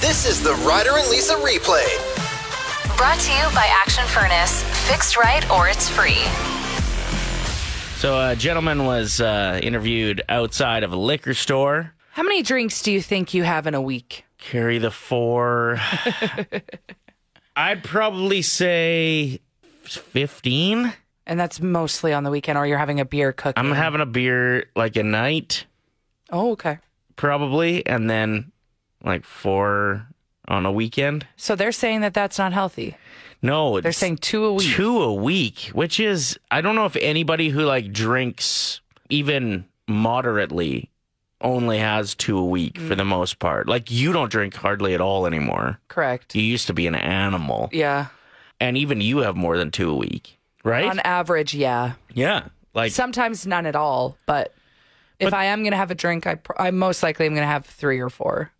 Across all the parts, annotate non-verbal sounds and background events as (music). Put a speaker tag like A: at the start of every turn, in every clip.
A: This is the Ryder and Lisa replay.
B: Brought to you by Action Furnace. Fixed right or it's free.
C: So a gentleman was uh, interviewed outside of a liquor store.
D: How many drinks do you think you have in a week?
C: Carry the
D: (laughs)
C: four. I'd probably say fifteen.
D: And that's mostly on the weekend, or you're having a beer cooking.
C: I'm having a beer like a night
D: oh, okay.
C: probably, and then like four on a weekend.
D: So they're saying that that's not healthy.
C: No,
D: They're
C: it's
D: saying two a week.
C: two a week, which is I don't know if anybody who like drinks even moderately only has two a week
D: Mm.
C: for the most part. Like you don't drink hardly at all anymore.
D: Correct.
C: You used to be an animal,
D: Yeah.
C: and even you have more than two a week, right?
D: On average, yeah.
C: yeah, like
D: Sometimes none at all, but. If I am going to have a drink, I, pr- I most likely am going to have three or four.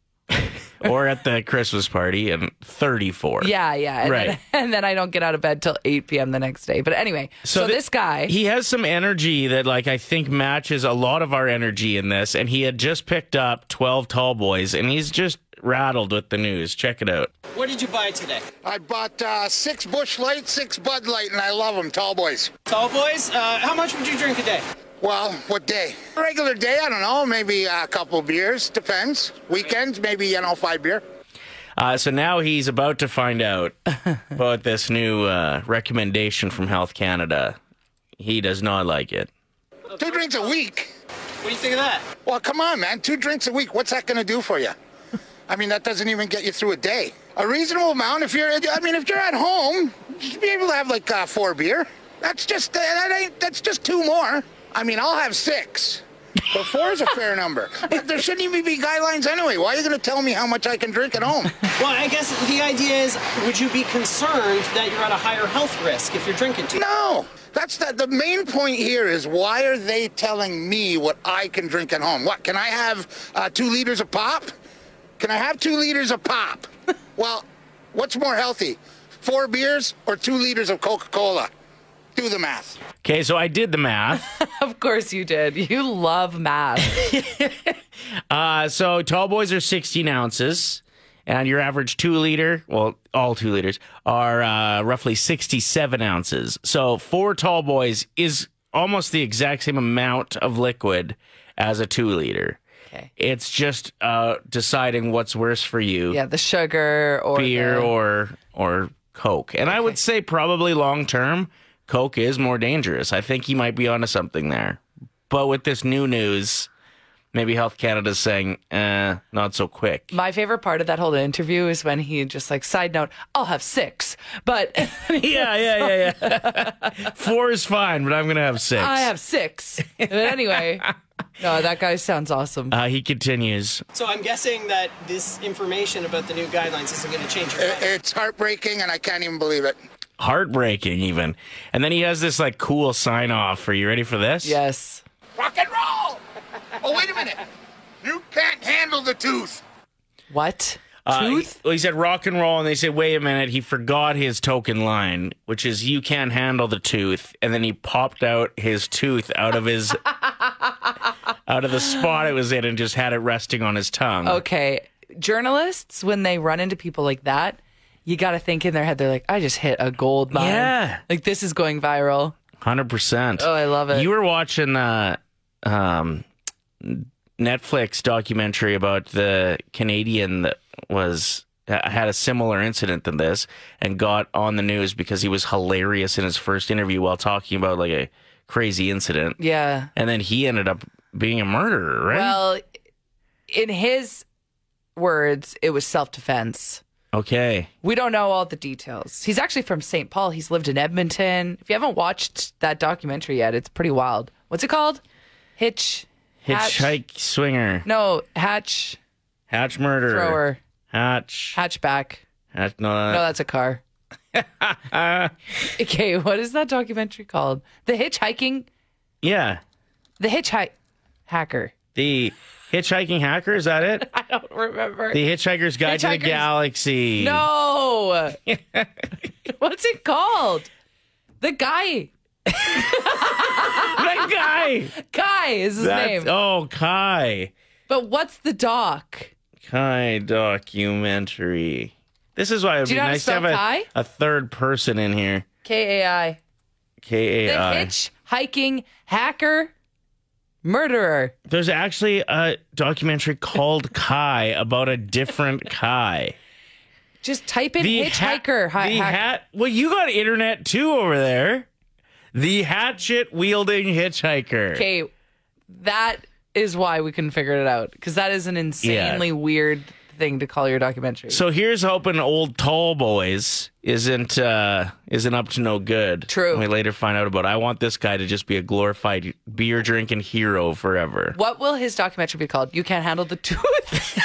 C: or at the Christmas party and thirty four.
D: Yeah, yeah. And
C: Right.
D: Then, (laughs) and then I don't get out of bed till 8 p.m. the next day. But anyway, so,
C: thi-
D: this guy, (laughs)
C: he has some energy that like I think matches a lot of our energy in this, and he had just picked up twelve tall boys, and he's just rattled with the news. Check it out.
E: What did you buy today?
F: I bought uh, six Bush Light, six Bud Light, and I love them, tall boys.
E: Tall boys, uh, how much would you drink a day?
F: Well, what day? Regular day, I don't know, maybe uh, a couple beers, depends. Weekends, maybe, you know, five beer.
C: Uh, so now he's about to find out
D: (laughs)
C: about this new uh, recommendation from Health Canada. He does not like it.
F: Two drinks a week.
E: What do you think of that?
F: Well, come on, man, two drinks a week. What's that going to do for you? (laughs) I mean, that doesn't even get you through a day. A reasonable amount, if you're, I mean, if you're at home, you should be able to have like uh, four beer. That's just, that ain't, that's just two more. I mean, I'll have six. But four is a fair number. But there shouldn't even be guidelines anyway. Why are you going to tell me how much I can drink at home?
E: Well, I guess the idea is, would you be concerned that you're at a higher health risk if you're drinking too?
F: No. That's the, the main point here is why are they telling me what I can drink at home? What, can I have uh, two liters of pop? Can I have two liters of (laughs) pop? well, what's more healthy, four beers or two liters of Coca Cola? Do the math.
C: Okay, so I did the math.
D: of course you did. You
C: (laughs)
D: love math.
C: Uh, so tall boys are 16 ounces, and your average two liter, well, all two liters, are uh, roughly 67 ounces. So four tall boys is almost the exact same amount of liquid as a two liter.
D: Okay.
C: It's just uh, deciding what's worse for you.
D: yeah, the sugar or
C: beer
D: the-
C: or or coke. And I would say probably long term, coke is more dangerous. I think he might be onto something there. But with this new news, maybe Health Canada's saying, uh, not so quick.
D: My favorite part of that whole interview is when he just like side note, I'll have six,
C: (laughs)
D: but
C: yeah, yeah, yeah, yeah. (laughs) Four is fine, but I'm gonna have six.
D: I have six.
C: (laughs)
D: But anyway, no, that guy sounds awesome.
C: uh, he continues.
E: So I'm guessing that this information about the new guidelines isn't going to change your
F: I-
E: life.
F: It's heartbreaking and I can't even believe it.
C: Heartbreaking, even. And then he has this like cool sign off. Are you ready for this?
D: yes.
F: Rock and roll! Oh, wait a minute. You can't handle the tooth.
D: What?
C: Uh, he-
D: Tooth?
C: well, he said rock and roll, and they said, wait a minute, he forgot his token line, which is you can't handle the tooth. And then he popped out his tooth out of
D: (laughs)
C: his out of the spot it was in and just had it resting on his tongue.
D: okay. Journalists, when they run into people like that, you got to think in their head, they're like, I just hit a gold mine.
C: Yeah.
D: Like, this is going viral.
C: Hundred percent.
D: Oh, I love it.
C: You were watching uh um Netflix documentary about the Canadian that was uh, had a similar incident than this and got on the news because he was hilarious in his first interview while talking about like a crazy incident
D: yeah.
C: and then he ended up being a murderer, right?
D: Well, in his words, it was self defense.
C: okay.
D: We don't know all the details. He's actually from St. Paul. He's lived in Edmonton. If you haven't watched that documentary yet, it's pretty wild. What's it called? Hitch. Hatch-
C: Hitchhike swinger.
D: No, hatch
C: Hatch murderer.
D: thrower.
C: Hatch.
D: Hatchback.
C: Hatch no,
D: No, that's a (laughs) car. okay, what is that documentary called? The Hitchhiking.
C: Yeah.
D: The Hitchhike. Hacker.
C: The hitchhiking hacker, is that
D: (laughs)
C: it?
D: I don't remember.
C: The Hitchhiker's Guide to the
D: Hitchhiker's-
C: Galaxy.
D: no. (laughs) What's it called? The guy.
C: that guy.
D: Guy is (laughs) his
C: That's-
D: name.
C: Oh, Kai.
D: But what's the doc?
C: Thai documentary. This is why it would
D: Do
C: be
D: you know how to
C: nice to
D: spell
C: have a,
D: Thai?
C: a third person in here.
D: K A I.
C: K A
D: The
C: I.
D: hitch, hiking, hacker, murderer.
C: There's actually a documentary
D: (laughs)
C: called Kai about a different Kai.
D: Just type in hitchhiker.
C: hat.
D: hi-
C: The
D: hack-
C: hat. Well, you got internet too over there. The hatchet wielding hitchhiker.
D: Okay, that is why we couldn't figure it out because that is an insanely weird thing to call your documentary.
C: So here's hoping old tall boys isn't uh, isn't up to no good.
D: True.
C: We later find out about. I want this guy to just be a glorified beer drinking hero (laughs) forever.
D: what will his documentary be called? You can't handle
C: (laughs)
D: the truth.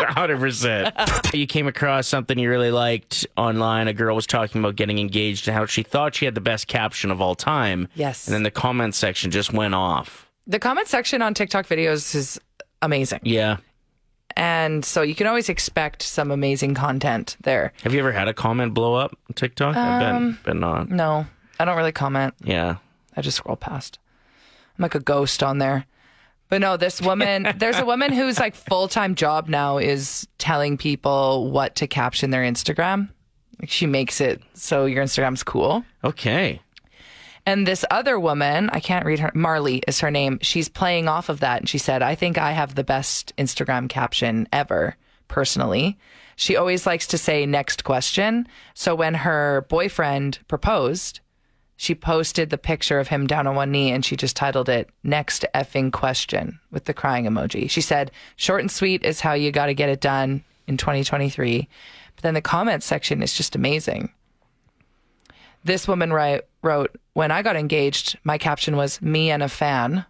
C: Hundred
D: (laughs)
C: percent. You came across something you really liked online. A girl was talking about getting engaged and how she thought she had the best caption of all time.
D: Yes.
C: And then the comment section just went off.
D: the comment section on TikTok videos is amazing,
C: Yeah.
D: and so you can always expect some amazing content there.
C: Have you ever had a comment blow up on TikTok? I
D: Um,
C: bet, bet not.
D: No, I don't really comment.
C: Yeah.
D: I just scroll past. I'm like a ghost on there. But no, this woman, there's a woman whose like full time job now is telling people what to caption their Instagram. Like she makes it so your Instagram's cool.
C: Okay.
D: And this other woman, I can't read her, Marley is her name. She's playing off of that. And she said, I think I have the best Instagram caption ever, personally. She always likes to say, next question. So when her boyfriend proposed, she posted the picture of him down on one knee and she just titled it, Next Effing Question with the crying emoji. She said, Short and sweet is how you got to get it done in 2023. But then the comments section is just amazing this woman write, wrote, When I got engaged, my caption was, Me and a fan.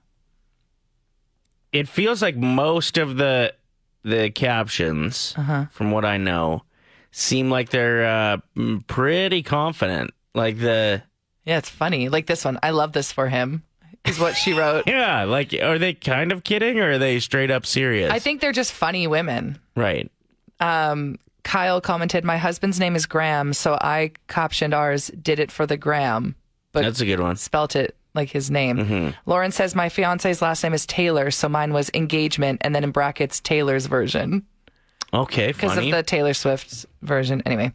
C: It feels like most of the the captions,
D: Uh-huh.
C: from what I know, seem like they're uh, m- pretty confident. Like the
D: Yeah, it's funny. Like this one. I love this for him, is what she
C: (laughs)
D: wrote.
C: yeah, like are they kind of kidding or are they straight up serious?
D: I think they're just funny women.
C: right.
D: Kyle commented, My husband's name is Graham, so I captioned ours, Did It for the Graham, but
C: That's a good one.
D: spelt it like his name. Lauren says, My fiance's last name is Taylor, so mine was engagement, and then in brackets, Taylor's version.
C: Okay,
D: because of
C: funny.
D: the Taylor Swift version. Anyway,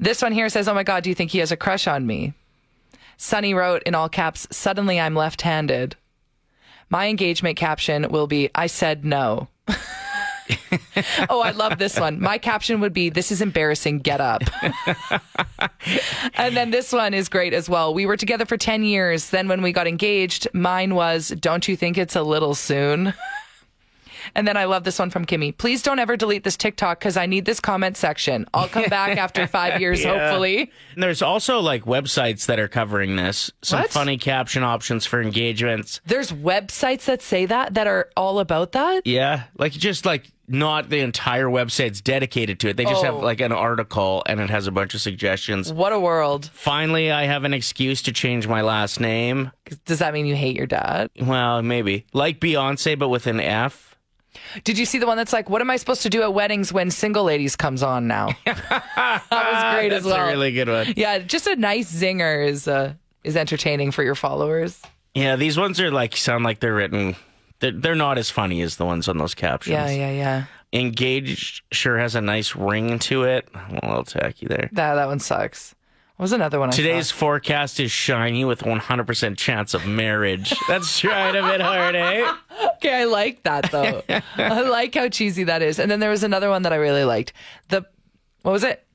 D: this one here says, "Oh my God, do you think he has a crush on me?" Sunny wrote in all caps, "Suddenly I'm left-handed." My engagement caption will be, "I said no." (laughs) oh, I love this one. My caption would be, "This is embarrassing. Get up." (laughs) and then this one is great as well. We were together for ten years. Then when we got engaged, mine was, "Don't you think it's a little soon?" And then I love this one from Kimmy. Please don't ever delete this TikTok because I need this comment section. I'll come
C: (laughs)
D: back after five years, hopefully.
C: And there's also like websites that are covering this. Some
D: What?
C: funny caption options for engagements.
D: There's websites that say that that are all about that.
C: Yeah, like just like not the entire website's dedicated to it. They just
D: Oh.
C: have like an article and it has a bunch of suggestions.
D: What a world.
C: Finally, I have an excuse to change my last name.
D: Does that mean you hate your dad?
C: Well, maybe like Beyonce, but with an F.
D: Did you see the one that's like, what am I supposed to do at weddings when single ladies comes
C: (laughs)
D: on now? that was great
C: That's
D: as well.
C: a really good one.
D: yeah, just a nice zinger is uh, is entertaining for your followers.
C: Yeah, these ones are like sound like they're written. They're, they're not as funny as the ones on those captions.
D: Yeah, yeah, yeah.
C: Engaged sure has a nice ring to it. I'm a little tacky there.
D: That that one sucks. What was another one? I saw?
C: Today's forecast is shiny with 100% chance of marriage. (laughs) That's trying a bit hard, eh?
D: Okay, I like that (laughs) though. I like how cheesy that is. And then there was another one that I really liked. The what was it?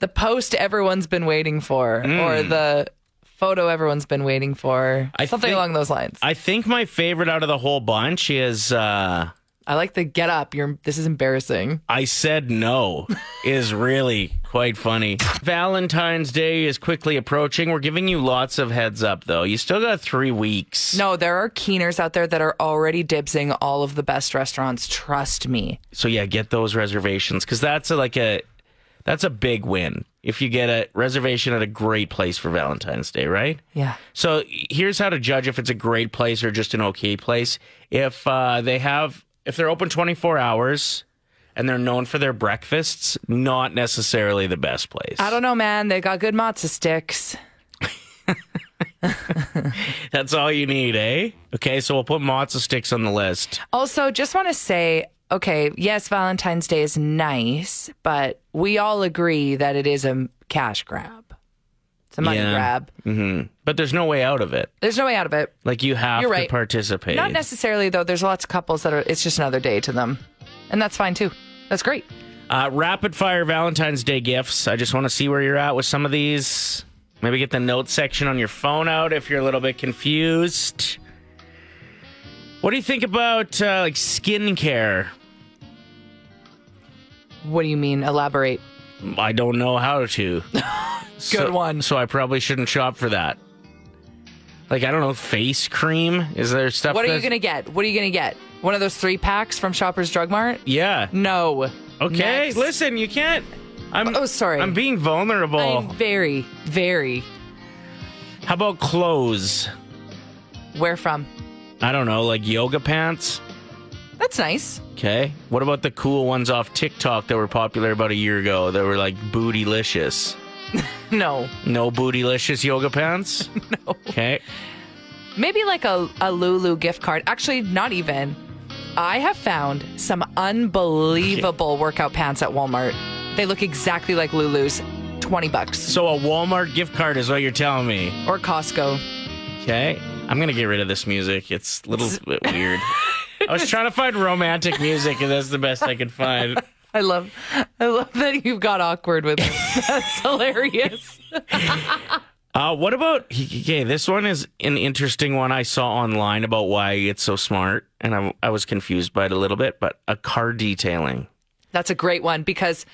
D: The post everyone's been waiting for, or the photo everyone's been waiting for.
C: I
D: something
C: think-
D: along those lines. I,
C: I think my favorite out of the whole bunch is uh,
D: like the get up. You're this is embarrassing.
C: I said no is really quite funny. Valentine's Day is quickly approaching. We're giving you lots of heads up though. You still got 3 weeks.
D: No, there are keeners out there that are already dibsing all of the best restaurants. Trust me.
C: So yeah, get those reservations cuz that's a, like a that's a big win. If you get a reservation at a great place for Valentine's Day, right?
D: Yeah.
C: So here's how to judge if it's a great place or just an okay place. If uh, they have, if they're open 24 hours and they're known for their breakfasts, not necessarily the best place.
D: I don't know, man. They got good matzo sticks.
C: That's all you need, eh? Okay, so we'll put matzo sticks on the list.
D: Also, just want to say okay, yes, Valentine's Day is nice, but we all agree that it is a m- cash grab. It's a money
C: Yeah.
D: grab. Mm-hmm.
C: But there's no way out of it.
D: There's no way out of it.
C: Like you have
D: You're
C: to
D: right.
C: participate.
D: Not necessarily though. There's lots of couples that are. It's just another day to them, and that's fine too. That's great.
C: Uh, rapid fire Valentine's Day gifts. I just want to see where you're at with some of these. Maybe get the note section on your phone out if you're a little bit confused. What do you think about uh, like skincare?
D: What do you mean? Elaborate.
C: I don't know how
D: (laughs)
C: to. Good
D: Good one.
C: So I probably shouldn't shop for that. Like I don't know, face cream. Is there stuff?
D: What are you
C: that's-
D: gonna get? What are you gonna get? One of those three packs from Shoppers Drug Mart?
C: Yeah.
D: No.
C: Okay.
D: Next.
C: Listen, you can't. I'm.
D: Oh, sorry.
C: I'm being vulnerable.
D: I'm very, very.
C: How about clothes?
D: Where from?
C: I don't know, like yoga pants.
D: That's nice.
C: Okay. What about the cool ones off TikTok that were popular about a year ago that were like bootylicious?
D: No.
C: No bootylicious yoga
D: (laughs)
C: pants? no. Okay.
D: Maybe like a, a Lulu gift card. Actually, not even. I have found some unbelievable workout pants at Walmart. They look exactly like Lulu's. 20 bucks.
C: So a Walmart gift card is what you're telling me.
D: Or Costco.
C: Okay. I'm going to get rid of this music. It's a little bit
D: (laughs)
C: weird. I was trying to find romantic music, and that's the best I could find.
D: I love I love (laughs) that you got awkward with it. That's hilarious.
C: Uh, what about? Okay, this one is an interesting one I saw online about why it's so smart, and I, I was confused by it a little bit. But a car detailing.
D: That's a great one because,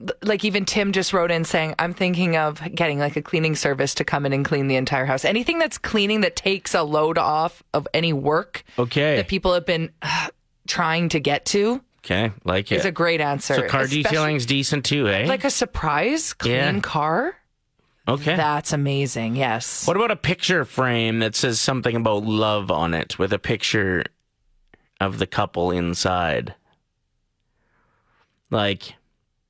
D: l- like, even Tim just wrote in saying, I'm thinking of getting like a cleaning service to come in and clean the entire house. Anything that's cleaning that takes a load off of any work
C: Okay.
D: that people have been uh, trying to get to
C: okay, like it.
D: is a great answer.
C: So car
D: Especially-
C: detailing's decent too, eh?
D: Like a surprise clean
C: Yeah.
D: car.
C: okay.
D: That's amazing. Yes.
C: what about a picture frame that says something about love on it with a picture of the couple inside? Like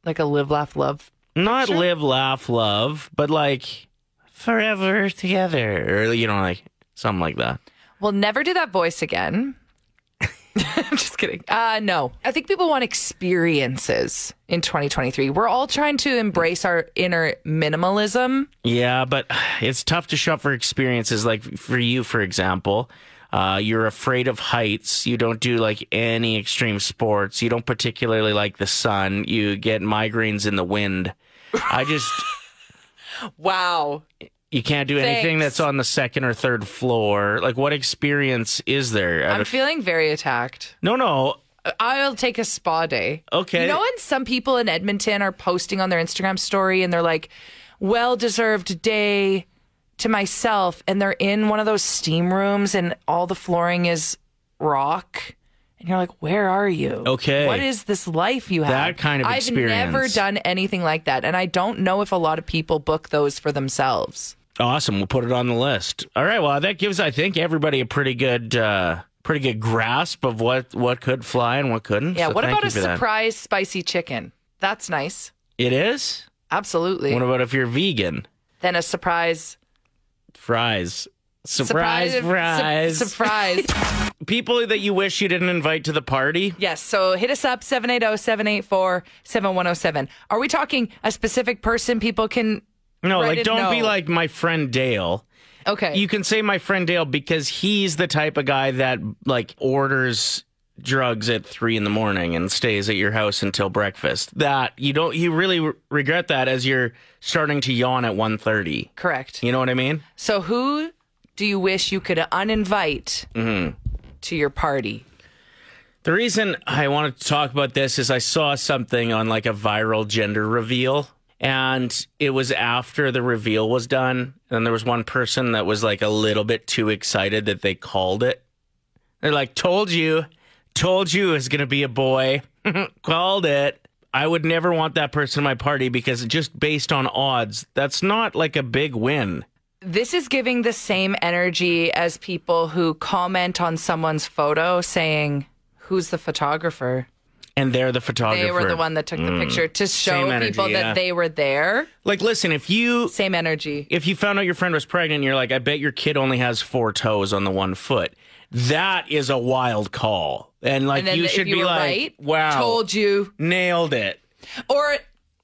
D: Like a live, laugh, love.
C: not live, laugh, love, but like forever together, or you know, like something like that.
D: We'll never do that voice again. (laughs) I'm just kidding. Uh, no, I think people want experiences in 2023. We're all trying to embrace our inner minimalism.
C: Yeah, but it's tough to shop for experiences. Like for you, for example, uh, you're afraid of heights. You don't do like any extreme sports. You don't particularly like the sun. You get migraines in the wind. I just,
D: (laughs) Wow.
C: you can't do anything
D: Thanks.
C: that's on the second or third floor. Like, what experience is there? out
D: I'm
C: of-
D: feeling very attacked.
C: no, no.
D: I'll take a spa day.
C: Okay.
D: You know, and some people in Edmonton are posting on their Instagram story and they're like, well deserved day to myself. And they're in one of those steam rooms and all the flooring is rock. And you're like, where are you?
C: Okay.
D: What is this life you have?
C: That kind of
D: I've never
C: experience.
D: done anything like that. And I don't know if a lot of people book those for themselves.
C: Awesome. We'll put it on the list. All right. Well, that gives, I think, everybody a pretty good, uh, pretty good grasp of what, what could fly and what couldn't.
D: Yeah.
C: So
D: what
C: thank
D: about
C: you
D: a
C: for that.
D: surprise spicy chicken? That's nice.
C: It is?
D: Absolutely.
C: What about if you're vegan?
D: then a surprise
C: Fries. Surprise, fries.
D: Surprise! Su-
C: (laughs)
D: surprise.
C: People that you wish you didn't invite to the party.
D: yes. So hit us up oh, 780-784-7107. Are we talking a specific person people can
C: No,
D: Right,
C: like
D: and
C: don't
D: no.
C: be like my friend Dale.
D: Okay.
C: You can say my friend Dale because he's the type of guy that like orders drugs at three in the morning and stays at your house until breakfast. That you don't you really re- regret that as you're starting to yawn at 1.30.
D: Correct.
C: You know what I mean?
D: So who do you wish you could uninvite
C: Mm-hmm.
D: to your party?
C: The reason I wanted to talk about this is I saw something on like a viral gender reveal, and it was after the reveal was done. And there was one person that was like a little bit too excited that they called it. They're like, Told you, told you it's going to be a boy, (laughs) called it. I would never want that person in my party because just based on odds, that's not like a big win.
D: This is giving the same energy as people who comment on someone's photo saying, "Who's the photographer?"
C: And they're the photographer. Mm.
D: They were the one that took the picture to show
C: Same energy,
D: people
C: yeah.
D: that they were there.
C: Like, listen, if you
D: Same energy.
C: if you found out your friend was pregnant, you're like, I bet your kid only has four toes on the one foot. That is a wild call. And like
D: And then
C: you
D: if
C: should
D: you
C: be
D: were
C: like,
D: right,
C: wow,
D: told you.
C: nailed it.
D: Or,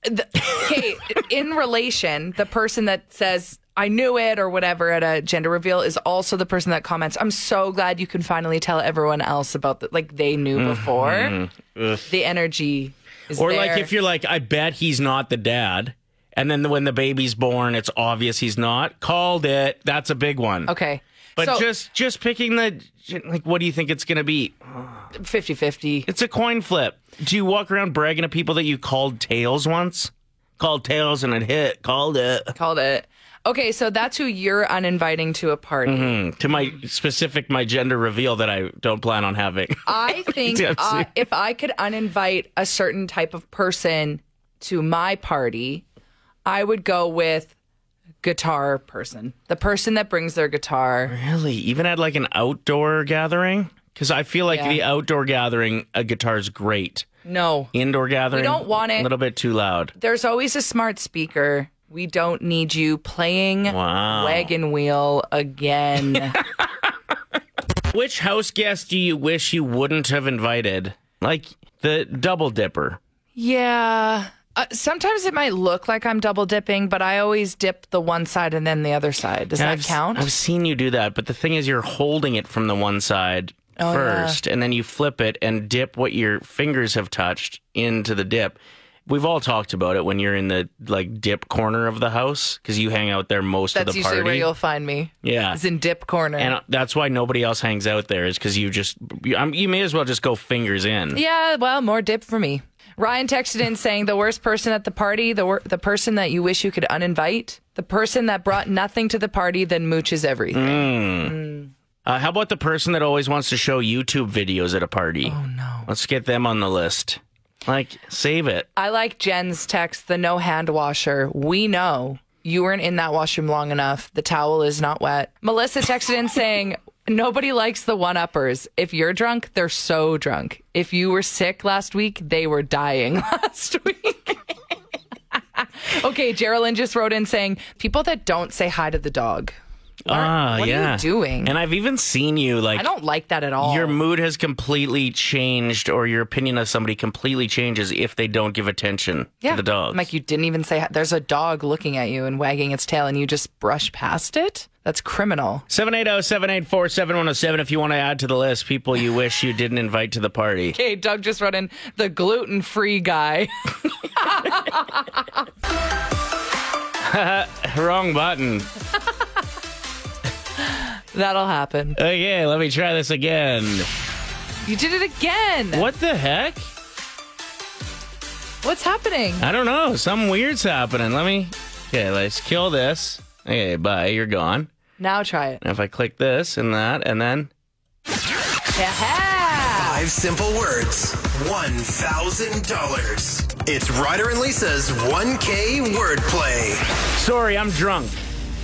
D: the, okay, in relation, the person that says, I knew it or whatever at a gender reveal is also the person that comments, I'm so glad you can finally tell everyone else about that. Like they knew before. The energy is
C: Mm-hmm. Or
D: there.
C: like if you're like, I bet he's not the dad. And then when the baby's born, it's obvious he's not. Called it. That's a big one.
D: Okay.
C: But
D: so,
C: just just picking the like, what do you think it's gonna be?
D: 50 50.
C: It's a coin flip. Do you walk around bragging to people that you called tails once? Called tails and it hit. Called it
D: Called it. Okay, so that's who you're uninviting to a party.
C: Mm, to my specific my gender reveal that I don't plan on having. (laughs)
D: I think
C: Dempsey.
D: uh, if I could uninvite a certain type of person to my party, I would go with guitar person, the person that brings their guitar.
C: Really? Even at like an outdoor gathering? Because I feel like
D: Yeah.
C: the outdoor gathering, a guitar's great.
D: No,
C: Indoor gathering,
D: don't want it.
C: A little bit too loud.
D: there's always a smart speaker. We don't need you playing
C: Wow.
D: wagon wheel
C: (laughs)
D: again.
C: Which house guest do you wish you wouldn't have invited? Like the double dipper.
D: yeah. Uh, sometimes it might look like I'm double dipping, but I always dip the one side and then the other side. Does
C: And
D: that
C: I've,
D: count?
C: I've seen you do that, but the thing is, you're holding it from the one side
D: Oh, yeah.
C: first, and then you flip it and dip what your fingers have touched into the dip. We've all talked about it when you're in the like dip corner of the house because you hang out there most
D: That's
C: of the
D: usually
C: party.
D: where you'll find me.
C: yeah,
D: It's in dip corner.
C: and that's why nobody else hangs out there is because you just you, I'm, you may as well just go fingers in.
D: (laughs) Yeah, well, more dip for me. Ryan texted in saying the worst person at the party, the wor- the person that you wish you could uninvite, the person that brought nothing to the party, then mooches everything.
C: Uh, how about the person that always wants to show YouTube videos at a party? Oh no, let's get them on the list. Like save it.
D: I like Jen's text, the no hand washer. We know you weren't in that washroom long enough. The towel is not wet. Melissa texted in saying, Nobody likes the one uppers. If you're drunk, they're so drunk. If you were sick last week, they were dying (laughs) last week. okay, Geraldine just wrote in saying, People that don't say hi to the dog. What,
C: Ah,
D: what
C: yeah.
D: are you doing?
C: And I've even seen you like
D: I don't like that at all.
C: your mood has completely changed or your opinion of somebody completely changes if they don't give attention to the dog.
D: Like you didn't even say hi. there's a dog looking at you and wagging its tail and you just brush past it. That's criminal.
C: oh, 780-784-7107 if you want to add to the list people you wish you didn't invite to the party. (laughs)
D: Okay, Doug just wrote in the gluten free guy. (laughs)
C: Wrong button.
D: That'll happen.
C: Okay, let me try this again.
D: You did it again.
C: What the heck?
D: What's happening?
C: I don't know. Something weird's happening. Let me Okay, let's kill this. Okay, bye. You're gone.
D: Now try it.
C: And if I click this and that and then
D: Yeah. (laughs)
A: Five simple words, $1,000. It's Ryder and Lisa's 1K wordplay.
C: Sorry, I'm drunk.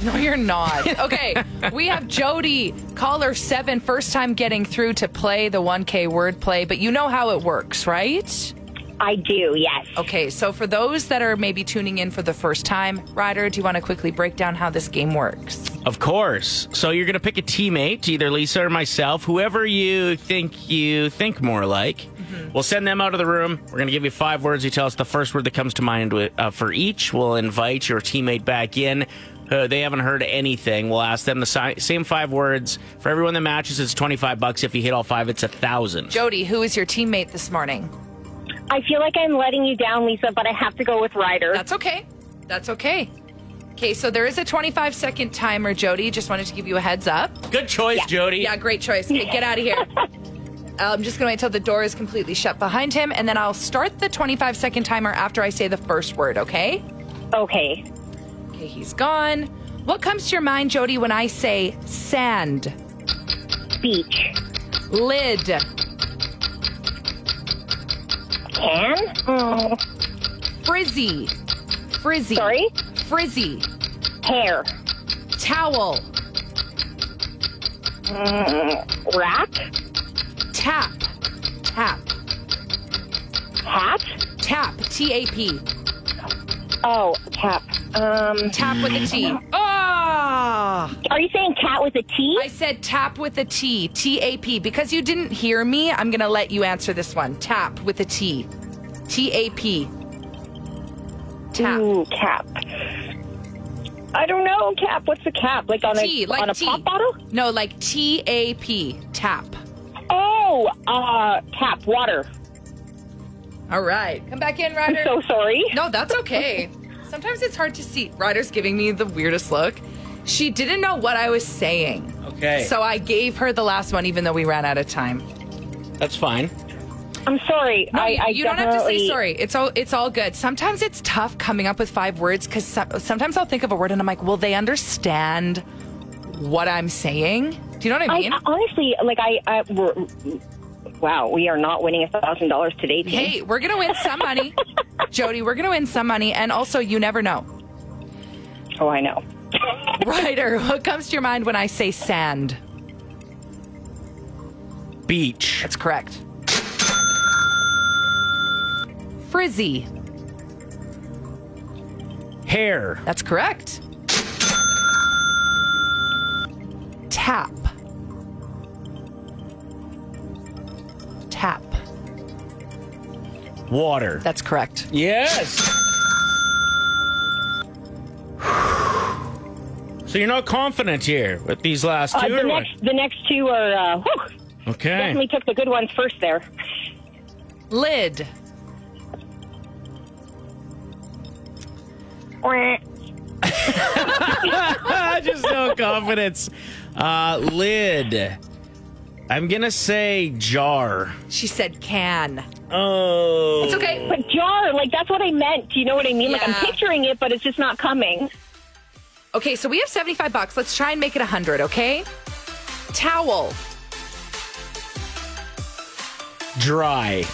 D: No, you're not. Okay, we have Jody, caller seven, first time getting through to play the 1K wordplay, but you know how it works, right?
G: I do, yes.
D: Okay, so for those that are maybe tuning in for the first time, Ryder, do you want to quickly break down how this game works?
C: Of course. So you're going to pick a teammate, either Lisa or myself, whoever you think you think more like.
D: Mm-hmm.
C: We'll send them out of the room. We're going to give you five words. You tell us the first word that comes to mind wi- uh, for each. We'll invite your teammate back in. Uh, they haven't heard anything. We'll ask them the si- same five words. For everyone that matches, it's 25 bucks. If you hit all five, it's a thousand.
D: Jody, who is your teammate this morning?
G: I feel like I'm letting you down, Lisa, but I have to go with Ryder.
D: That's okay. That's okay. Okay, so there is a 25 second timer, Jody. Just wanted to give you a heads up.
C: Good choice, Jody.
D: Yeah, great choice. Okay, get out of here. (laughs) I'm just going to wait till the door is completely shut behind him, and then I'll start the 25 second timer after I say the first word, okay?
G: Okay.
D: Okay, he's gone. What comes to your mind, Jody, when I say sand,
G: Beach.
D: lid,
G: Can? Oh,
D: frizzy, frizzy,
G: sorry?
D: frizzy,
G: Hair.
D: towel,
G: Mm, rack.
D: tap, tap,
G: Hat.
D: tap, T A P,
G: Oh, cap. Um,
D: tap with a T. Ah!
G: are you saying saying cat with a T?
D: I said tap with a T, T A P. Because you didn't hear me, I'm going to let you answer this one. Tap with a T, T A P. Tap.
G: Ooh, cap. I don't know, cap. What's a cap? Like on
D: T,
G: a
D: like
G: on a
D: tea.
G: pop bottle?
D: No, like T A P. Tap.
G: Oh, uh, cap water.
D: All right. Come back in, Ryder.
G: So sorry.
D: No, that's
G: (laughs)
D: okay. Sometimes it's hard to see. Ryder's giving me the weirdest look. She didn't know what I was saying.
C: Okay.
D: So I gave her the last one, even though we ran out of time.
C: That's fine.
G: I'm sorry.
D: No,
G: I,
D: you,
G: I
D: you don't have to say
G: definitely-
D: sorry. It's all it's all good. Sometimes it's tough coming up with five words because sometimes I'll think of a word and I'm like, will they understand what I'm saying? Do you know what I
G: I, (laughs)
D: mean?
G: I- honestly, like I, I we're, wow, we are not winning a thousand dollars today. Team.
D: hey, we're gonna win some money, Jody. We're gonna win some money, and also you never know.
G: Oh, I know.
D: Ryder, (laughs) what comes to your mind when I say sand?
C: Beach.
D: That's correct. Frizzy.
C: Hair.
D: That's correct. Tap. Tap.
C: Water.
D: That's correct.
C: Yes. So you're not confident here with these last
G: Uh,
C: two.
G: the
C: or what?
G: next, the next two are uh, whew,
C: okay. (laughs)
G: definitely took the good ones first. There,
D: Lid.
C: Just no confidence. Uh, lid. I'm gonna say jar.
D: She said can.
C: Oh.
D: It's okay.
G: but jar, like that's what I meant. Do you know what I mean? Like I'm
D: Yeah.
G: picturing it, but it's just not coming.
D: Okay, so we have 75 bucks. Let's try and make it 100, okay? Towel.
C: Dry.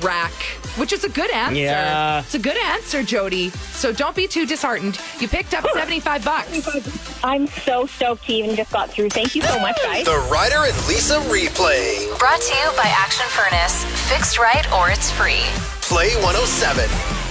D: rack, which is a good answer.
C: Yeah.
D: It's a good answer, Jody. So don't be too disheartened. You picked up 75 bucks.
G: I'm so stoked you even just got through. Thank you so much, guys.
A: The Ryder and Lisa replay. oh
B: Brought to you by Action Furnace. Fixed right or it's free.
A: Play 107.